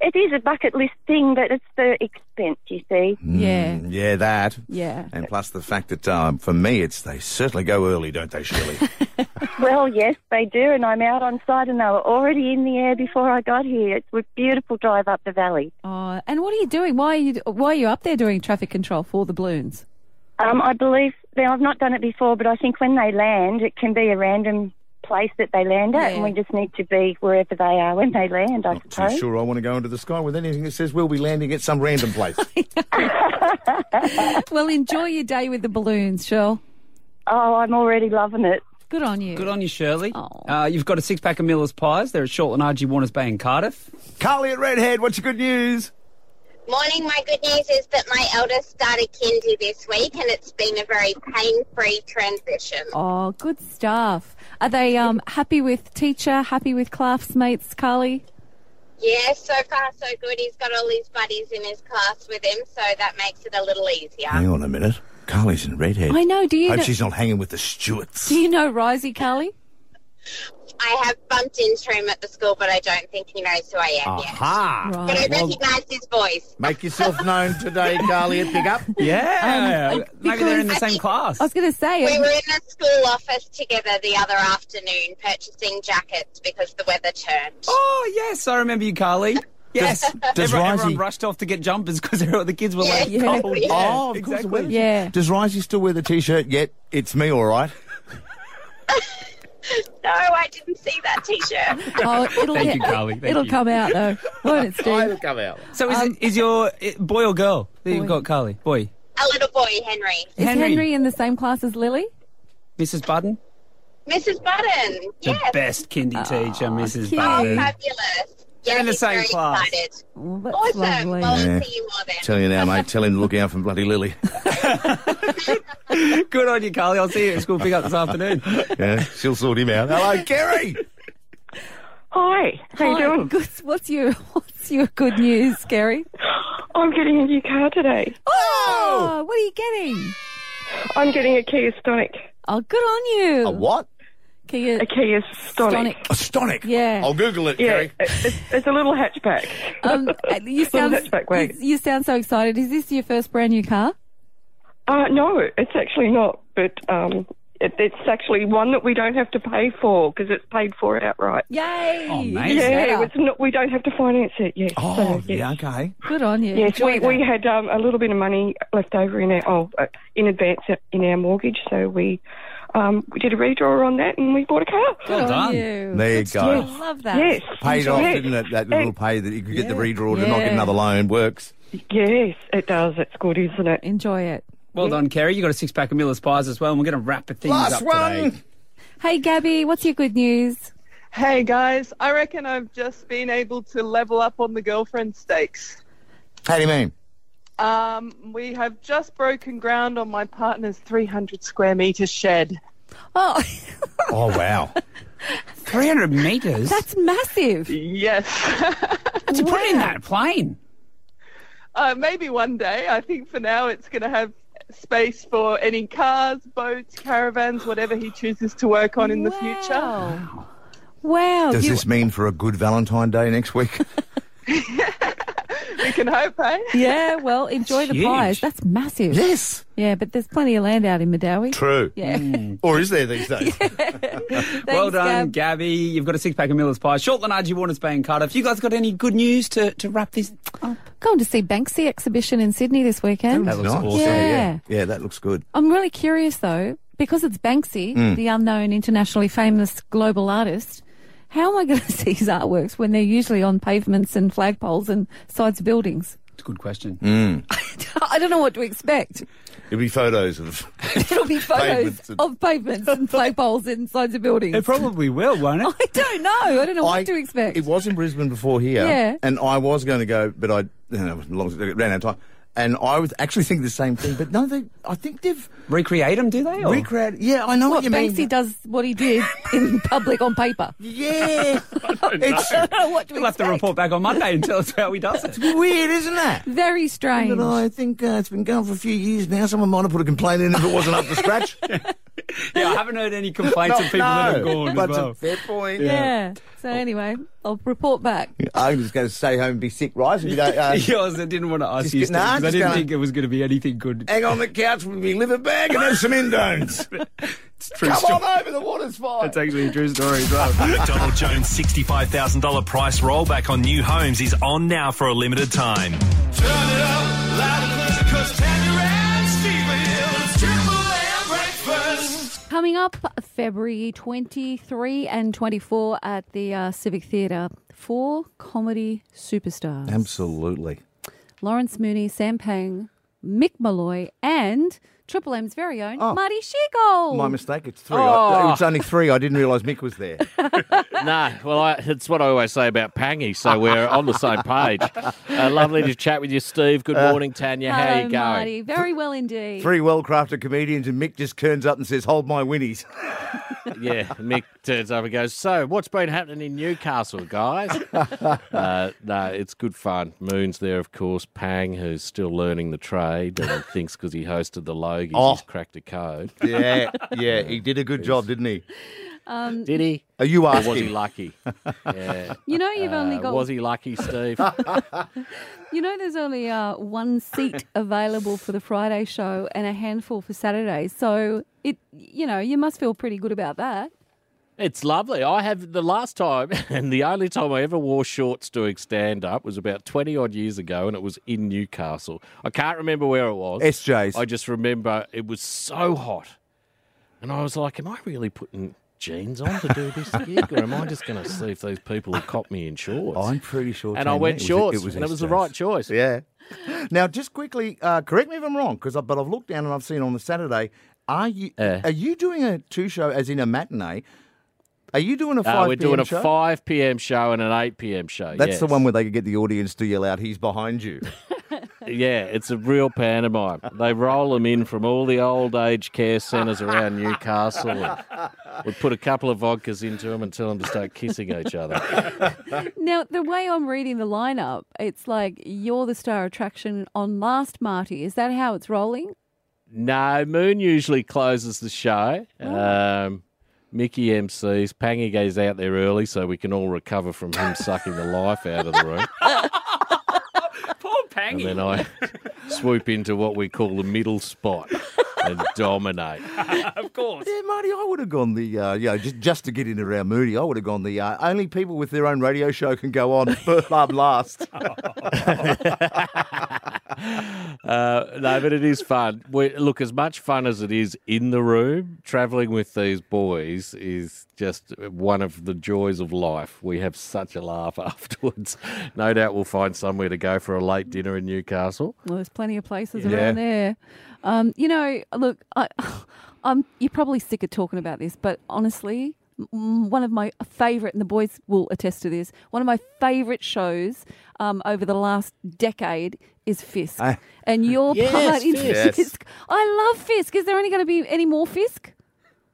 It is a bucket list thing, but it's the expense, you see.
Hmm.
Yeah.
Yeah, that.
Yeah.
And plus the fact that um, for me, it's they certainly go early, don't they, Shirley?
Well, yes, they do, and I'm out on site, and they were already in the air before I got here. It was a beautiful drive up the valley.
Oh, and what are you doing? Why are you Why are you up there doing traffic control for the balloons?
Um, I believe now I've not done it before, but I think when they land, it can be a random place that they land at, and we just need to be wherever they are when they land. I
Too
suppose.
sure I want to go into the sky with anything that says we'll be landing at some random place.
well, enjoy your day with the balloons, Shirl.
Oh, I'm already loving it.
Good on you.
Good on you, Shirley. Uh, you've got a six pack of Miller's pies. They're at Shortland RG Warners Bay in Cardiff.
Carly at Redhead, what's your good news?
Morning, my good news is that my eldest started kindy this week and it's been a very pain-free transition.
Oh, good stuff. Are they um, happy with teacher? Happy with classmates, Carly?
Yeah, so far so good. He's got all his buddies in his class with him, so that makes it a little easier.
Hang on a minute. Carly's in Redhead.
I know, do you
Hope
know-
she's not hanging with the Stuarts.
Do you know Risey, Carly?
I have bumped into him at the school, but I don't think he knows who I am yet.
Aha!
But I recognise his voice.
Make yourself known today, Carly, at Big Up.
Yeah.
Um,
Maybe they're in the
because-
same class.
I was going to say.
We were in the school office together the other afternoon purchasing jackets because the weather turned.
Oh, yes. I remember you, Carly. Yes.
does
everyone, everyone
Risey-
rushed off to get jumpers because the kids were like
Yeah.
cold.
Yeah.
Oh, of course it
exactly.
was. Does Risey still wear the T-shirt yet? It's me, all right.
No, I didn't see that t shirt.
Oh, it'll
Thank
get-
you, Carly. Thank
it'll
you.
come out though, won't it, Steve?
It'll come out.
So is, it, is your i- boy or girl that you've got, Carly? Boy.
A little boy, Henry.
Is Henry.
Henry.
in the same class as Lily?
Mrs. Budden?
Mrs. Button.
The
Yes.
best kindy teacher, Mrs.
Oh,
Budden.
fabulous.
They're
Yeah,
in the
he's
same
very
class.
Excited.
that's
awesome.
lovely.
Well,
Yeah.
I'll see you more then.
Tell you now, mate. Tell him to look out for bloody Lily.
Good on you, Carly. I'll see you at school pick up this afternoon.
Yeah, she'll sort him out. Hello, Gary.
Hi, how
Hi,
you doing?
Good. What's your What's your good news, Gary?
I'm getting a new car today.
Oh, what are you getting?
I'm getting a Kia Stonic.
Oh, good on you. A
what?
Kia. A
Kia Stonic.
A Stonic.
Yeah.
I'll Google it, Gary.
It's, it's a little hatchback.
Um, you sound
little hatchback wagon.
you, you sound so excited. Is this your first brand new car?
Uh, no, it's actually not, but um, it, it's actually one that we don't have to pay for because it's paid for outright.
Yay!
Oh,
amazing.
Yeah,
Yeah.
it's not, we don't have to finance it yet. Oh,
yeah, okay.
Good on you.
Yes,
Enjoy
we, we
that.
had um, a little bit of money left over in our oh, uh, in advance in our mortgage, so we um, we did a redraw on that and we bought a car.
Good on you.
There you
Good
go.
stuff. Love that.
Yes.
Paid off,
Yes.
didn't it? That little pay that you could get the redraw to not
Yeah.
get another loan works.
Yes, it does. It's good, isn't it?
Enjoy it.
Well done, Kerry. You got a six pack of Miller's pies as well, and we're going to wrap the things
Last
up
one.
today.
Hey, Gabby, what's your good news?
Hey guys, I reckon I've just been able to level up on the girlfriend stakes.
How do you mean?
Um, we have just broken ground on my partner's 300 square meter shed.
Oh,
Oh, wow.
300 metres?
That's massive.
Yes.
to put it in that plane.
Uh, maybe one day. I think for now it's going to have space for any cars, boats, caravans, whatever he chooses to work on in the future.
Wow.
Does
you-
this mean for a good Valentine Day next week?
We can hope, eh?
Yeah, well, enjoy the
Huge.
pies. That's massive.
Yes.
Yeah, but there's plenty of land out in Madawi.
True.
Yeah.
or is there these days?
well
Thanks,
done,
Gab.
Gabby. You've got a six pack of Miller's Pie. Short Lenardi, Warner's Bay, and Cardiff. You guys got any good news to, to wrap this up?
Going to see Banksy exhibition in Sydney this weekend.
Oh. Yeah.
Yeah.
yeah. that looks good.
I'm really curious though, because it's Banksy,
Mm.
the unknown internationally famous global artist. How am I going to see his artworks when they're usually on pavements and flagpoles and sides of buildings?
It's a good question.
Hmm.
I don't know what to expect.
It'll be photos of.
It'll be photos
Pavements and-
of pavements and flagpoles and sides of buildings.
It
probably will, won't
I don't know. I don't know
I-
what to expect.
It was in Brisbane before here.
Yeah.
And I was going to go, but I you know, it was long, it ran out of time. And I was actually thinking the same thing, but no, they, I think they've.
Recreate them, do they?
or-
Recreate. Yeah, I know what, you
Banksy
mean.
does what he did in public on paper.
Yeah.
It's- I don't know what to
we'll have to report back on Monday and tell us how he does it.
Weird, isn't that?
Very strange.
But I think uh, it's been going for a few years now. Someone might have put a complaint in if it wasn't up to scratch.
Yeah, I haven't heard any complaints
No,
of people that have
no,
gone.
but
as well.
it's a fair point.
Yeah. So anyway, I'll report back.
I'm just going to stay home and be sick, right? If you don't, uh,
Yours, I didn't want to ask
Just
you
get- nah,
because I
just
didn't
go-
think it was going to be anything good.
Hang on the couch with me liver bag and have some Indones.
It's
Come on over, the water's fine.
actually a true story as
The Donald Jones $65,000 price rollback on new homes is on now for a limited time.
Turn it up loud and clear, 'cause Tanya and Steve It's triple M breakfast.
Coming up February 23 and 24 at the uh, Civic Theatre, four comedy superstars
Absolutely.
Lawrence Mooney, Sam Pang, Mick Malloy, and Triple M's very own Marty Sheargold.
My mistake. It's three.
Oh.
I, it's only three. I didn't realise Mick was there.
Nah, well, I, it's what I always say about Pangy, so we're on the same page. Uh, lovely to chat with you, Steve. Good
Uh,
morning, Tanya. How
Hello,
you going?
Marty. Very well indeed.
Three well-crafted comedians, and Mick just turns up and says, "Hold my winnies."
Yeah, Mick turns over and goes, So, what's been happening in Newcastle, guys? uh, no, it's good fun. Moon's there, of course. Pang, who's still learning the trade and thinks because he hosted the Logies,
Oh.
he's cracked a code.
yeah, yeah. He did a good job, didn't he?
Um,
Did he?
Are you
Or
asking?
was he lucky? Yeah.
You know you've only
Uh,
got-
Was he lucky, Steve?
You know, there's only uh, one seat available for the Friday show and a handful for Saturday. So it, you know, you must feel pretty good about that.
It's lovely. I have the last time and the only time I ever wore shorts doing stand up was about 20 odd years ago and it was in Newcastle. I can't remember where it was.
SJ's.
I just remember it was so hot. And I was like, am I really putting jeans on to do this gig or am I just going to see if these people will cop me in shorts?
I'm pretty sure.
And I
Tanya,
went
it was-
shorts
it was
and it was the
SJ's.
right choice.
Yeah. Now, just quickly, uh, correct me if I'm wrong, because but I've looked down and I've seen on the Saturday. Are you are you doing a two show as in a matinee? Are you doing a
Uh,
five?
we're doing
PM
a
show?
5 p.m. show and an 8 p.m. show.
That's the
yes.
one where they could get the audience to yell out, "He's behind you."
Yeah, it's a real pantomime. They roll them in from all the old age care centres around Newcastle. And we put a couple of vodkas into them and tell them to start kissing each other.
Now, the way I'm reading the lineup, it's like you're the star attraction on Last Marty. Is that how it's rolling?
No, Moon usually closes the show.
Oh.
Um, Mickey MCs. Pangy goes out there early so we can all recover from him sucking the life out of the room.
Poor
And
Pangy.
then I swoop into what we call the middle spot and dominate.
of course.
Yeah, Marty, I would have gone the uh, you know just just to get in around Moody. I would have gone the uh, only people with their own radio show can go on first, last, last.
Uh, no, but it is fun. We, look, as much fun as it is in the room, traveling with these boys is just one of the joys of life. We have such a laugh afterwards. No doubt we'll find somewhere to go for a late dinner in Newcastle.
Well, there's plenty of places
Yeah.
around there. Um, you know, look, I, I'm, you're probably sick of talking about this, but honestly, mm, one of my favourite, and the boys will attest to this, one of my favourite shows um, over the last decade is Fisk.
Ah.
and your
Yes,
part in
Fisk.
Fisk. I love Fisk. Is there only going to be any more Fisk?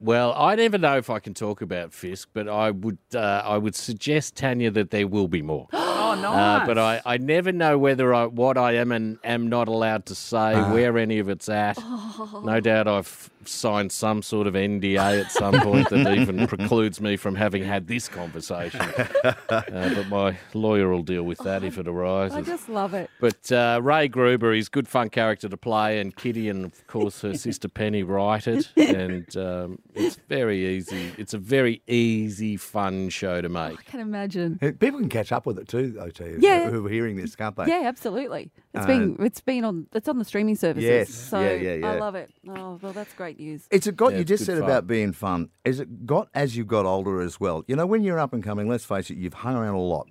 Well, I never know if I can talk about Fisk, but I would uh, I would suggest Tanya that there will be more.
Oh,
Uh, but I, I never know whether I what I am and am not allowed to say, where any of it's at. No doubt I've signed some sort of NDA at some point that even precludes me from having had this conversation. Uh, but my lawyer will deal with that if it
I
arises.
just love it.
But uh, Ray Gruber, he's a good fun character to play, and Kitty and of course her sister Penny write it, and um, it's very easy. It's a very easy, fun show to make.
I can imagine.
People can catch up with it too, though, too,
Yeah.
who are hearing this, can't they?
Yeah, absolutely. It's
Uh,
been it's been on it's on the streaming services.
Yes,
So
yeah, yeah,
I
yeah.
love it. Oh well that's great news.
It's it got
Yeah,
you
it's
just
good
said
fun.
about being fun. Is it got as you got older as well? You know, when you're up and coming, let's face it, you've hung around a lot.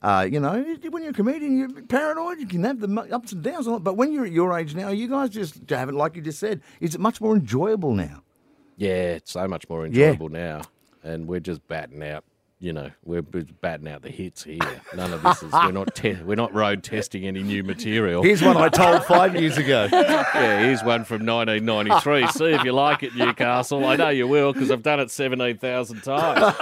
Uh, you know, when you're a comedian, you're paranoid. You can have the mu- ups and downs a lot. But when you're at your age now, you guys just have it like you just said. Is it much more enjoyable now?
Yeah, it's so much more
Yeah.
enjoyable now, and we're just batting out. You know, we're we're batting out the hits here. None of this is. We're not. Te- we're not road testing any new material.
Here's one I told five years ago.
yeah, here's one from 1993. See if you like it, Newcastle. I know you will because I've done it 17,000 times.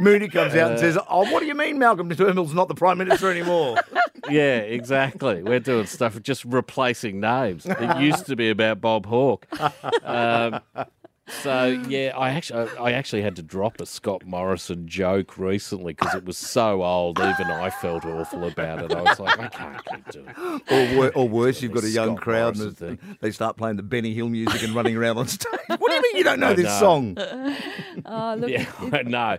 Moody comes out
Uh,
and says, "Oh, what do you mean, Malcolm Turnbull's not the prime minister anymore?"
Yeah, exactly. We're doing stuff, just replacing names. It used to be about Bob Hawke. Um, so yeah, I actually, I actually had to drop a Scott Morrison joke recently because it was so old. Even I felt awful about it. I was like, I can't keep doing. It.
or, wor- or worse, you've got a young
Scott
crowd and
Morrison
they- they start playing the Benny Hill music and running around on stage. What do you mean you don't know
I
this
know.
song?
oh look
Yeah, I know.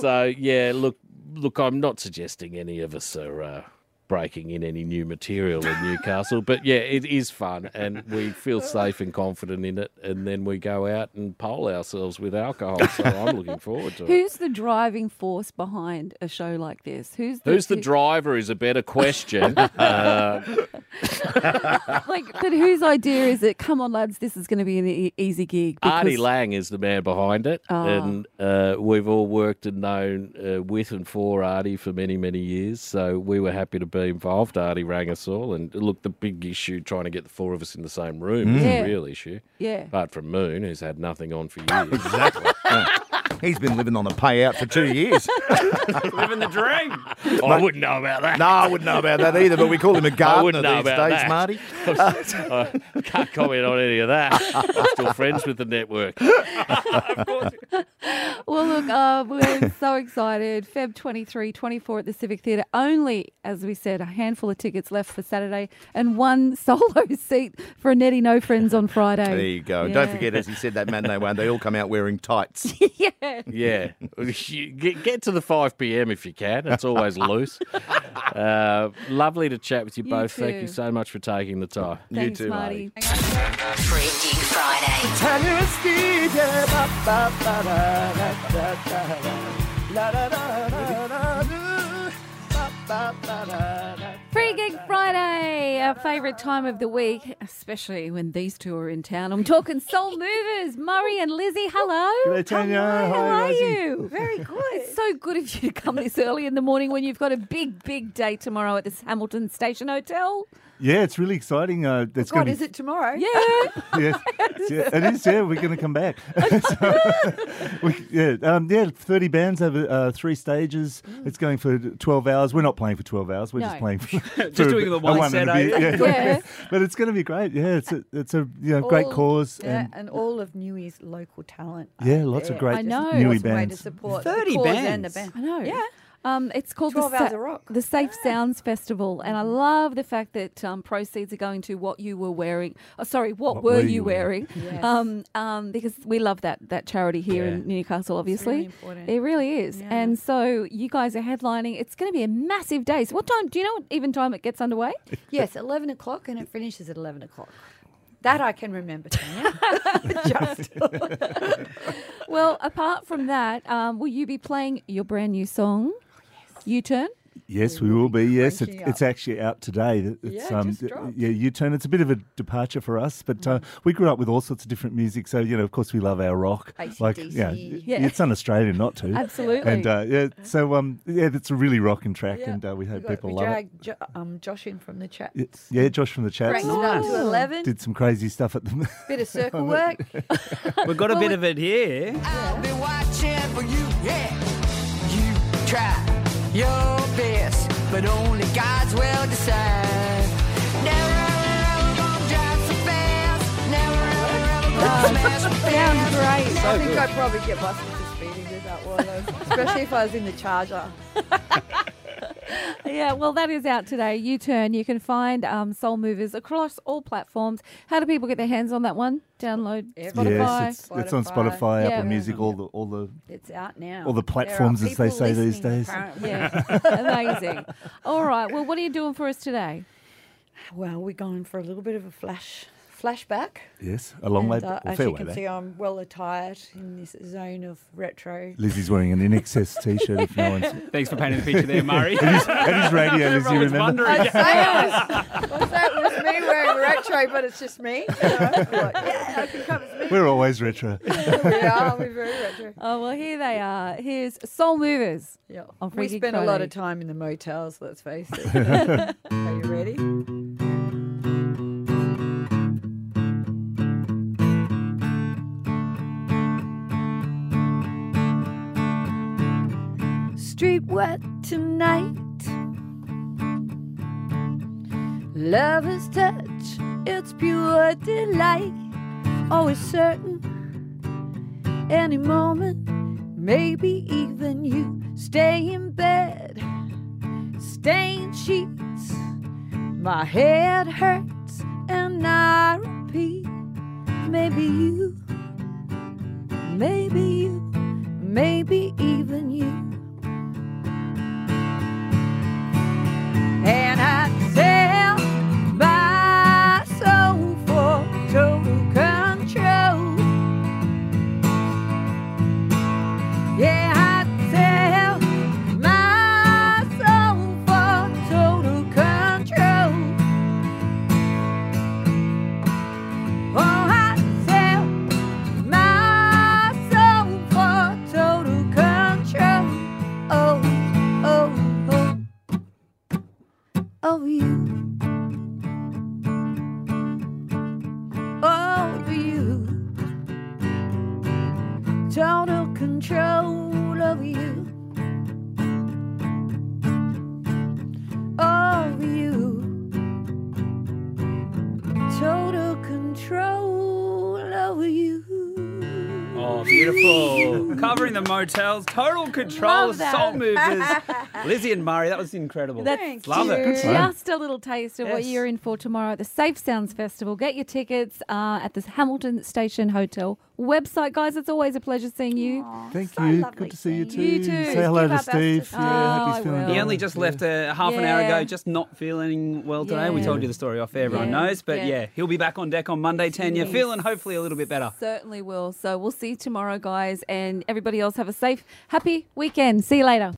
so yeah, look, look, I'm not suggesting any of us are uh, breaking in any new material in Newcastle, but yeah, it is fun, and we feel safe and confident in it, and then we go out and poll ourselves with alcohol. So I'm looking forward to it.
Who's the driving force behind a show like this? Who's the,
Who's the
who-
driver is a better question. Uh,
like but whose idea is it? Come on lads, this is going to be an e- easy gig
Artie
because-
Lang is the man behind it,
Ah.
and uh, we've all worked and known uh, with and for Artie for many, many years. So we were happy to be involved. Artie rang us all, and look, the big issue trying to get the four of us in the same room is
Mm.
a
Yeah.
real issue.
Yeah.
Apart from Moon, who's had nothing on for years.
exactly. He's been living on a payout for two years.
Living the dream. I wouldn't know about that.
No, I wouldn't know about that either, but we call him a
I
gardener
wouldn't know
these
about
days,
that.
Marty.
I can't comment on any of that. I'm still friends with the network.
Well, look, uh, we're so excited. Feb 23, 24 at the Civic Theatre. Only, as we said, a handful of tickets left for Saturday and one solo seat for Nettie No Friends on Friday.
There you go. And don't
Yeah.
forget, as he said, that matinee one, they all come out wearing tights.
yeah.
Yeah, You get, get to the 5 p.m. if you can. It's always loose. Uh, lovely to chat with you,
You
both. Thank
too.
you so much for taking the time.
Thanks, Marty. Free Gig Friday.
Free Gig Friday, our favourite time of the week, especially when these two are in town. I'm talking Soul Movers, Murray and Lizzie. Hello.
Hello, Tanya.
Hello, how
Hi,
are
Lizzie.
you? Very good. It's so good of you to come this early in the morning when you've got a big, big day tomorrow at this Hamilton Station Hotel.
Yeah, it's really exciting. Uh, that's
God,
gonna
is
be,
it tomorrow? Yeah.
Yes, yeah, it is. Yeah, we're going to come back. So, we- yeah, um, yeah, thirty bands over uh, three stages.
Mm.
It's going for twelve hours. We're not playing for twelve hours. We're just
No.
playing for
Just
for a
doing
bit-
the
a
one
one
set,
and a bit,
eh?
Yeah,
Yeah.
but it's going to be great. Yeah, it's a, it's a you know, great
All-
cause.
Yeah,
and
and all of Newey's local talent.
Yeah,
out
lots of
there.
great I know. Newey
Awesome Way to
bands.
support
30
the cause and the band.
bands. I know.
Yeah.
Um, it's called
12
the,
Hours of Rock. Mm-hmm.
the Safe Sounds Festival, and I love the fact that um, proceeds are going to what you were wearing. Oh, sorry, what, were, you wearing?
Yes.
Um, um, because we love that that charity here in Newcastle. Obviously,
important.
it really is. And so you guys are headlining. It's going to be a massive day. So what time? Do you know what even time it gets underway?
Yes, 11 o'clock and it finishes at 11 o'clock. That I can remember. Tanya. Oh,
well, apart from that, um, will you be playing your brand new song? You turn.
Yes, we will be. Yes, it, it's actually out today. It's,
Yeah, it just
y-
dropped.
um,
Mm.
yeah, U turn. It's a bit of a departure for us, but uh, we grew up with all sorts of different music. So you know, of course, we love our rock. yeah,
AC/DC. Yeah.
it's un-Australian not to.
Absolutely.
And uh, yeah, so um, yeah, it's a really rocking track,
Yeah.
and uh, we hope
got-
people
we
love it.
dragged Jo- um, Josh in from the chat.
Y- Yeah, Josh from the chat
Cranked it up to 11.
did some crazy stuff at the.
Bit of circle work.
We've
got a bit of it here.
I'll be watching for you. Yeah, you try your best, but only God's will decide. Never ever ever gonna drive so fast. Never ever ever gonna smash my fast.
I think I'd probably get busted for speeding with that one, though, especially if I was in the charger.
yeah, well, that is out today. U Turn. You can find um, Soul Movers across all platforms. How do people get their hands on that one? Download Spotify.
Yes, it's, it's on Spotify,
Yeah.
Apple Music, all the all the
It's out now.
all the
There are
platforms as they
people
say these
listening,
days.
apparently.
Yeah, amazing. All right. Well, what are you doing for us today?
Well, we're going for a little bit of a flash flashback.
Yes, a long way
And, uh,
back- well,
as
fair
you
way
can
back.
see, I'm well attired in this zone of retro.
Lizzie's wearing an in excess T-shirt. If no one's
Thanks for
painting the picture there, Murray.
it, is, it is radio,
Everyone
Lizzie.
was
Remember?
wondering.
I'd say it was, was that was me wearing retro, but it's just me. You know, like, yeah, I can come as me.
We're always retro.
we are. We're very retro.
Oh well, here they are. Here's Soul Movers.
Yeah.
on
We
Freaky
spend a lot
Friday.
of time in the motels, let's face it. Are you ready?
Street wet tonight. Lover's touch, it's pure delight.
Oh,
Always certain, any moment, maybe even you. Stay in bed, stained sheets. My head hurts, and I repeat, maybe you, maybe you, maybe even you. and I sell my soul for total control. Yeah, I sell my soul for total control. Oh, I sell my soul for total control. Oh, oh, oh of you. Of you. Total control of you. Of you. Total control of you.
Oh, beautiful. Covering the motels, total control,
Love that.
soul movers. Lizzie and Murray, that was incredible.
That's
Love it.
just a little taste of what
Yes.
you're in for tomorrow at the Safe Sounds Festival. Get your tickets uh, at the Hamilton Station Hotel website. Guys, it's always a pleasure seeing you.
Thank you. Good to see you too.
You too.
Say
Give
hello
our
to
best to
Steve.
Steve.
yeah, hope
Oh,
he's
I
feeling
will.
all
He
right.
only just left a half an hour
Yeah.
ago, just not feeling well today. We
Yeah.
told you the story off air, everyone
Yeah.
knows. But
Yeah.
yeah. he'll be back on deck on Monday, Tanya,
Yes.
feeling hopefully a little bit better.
Certainly will. So we'll see you tomorrow, guys, and everybody else have a safe, happy weekend. See you later.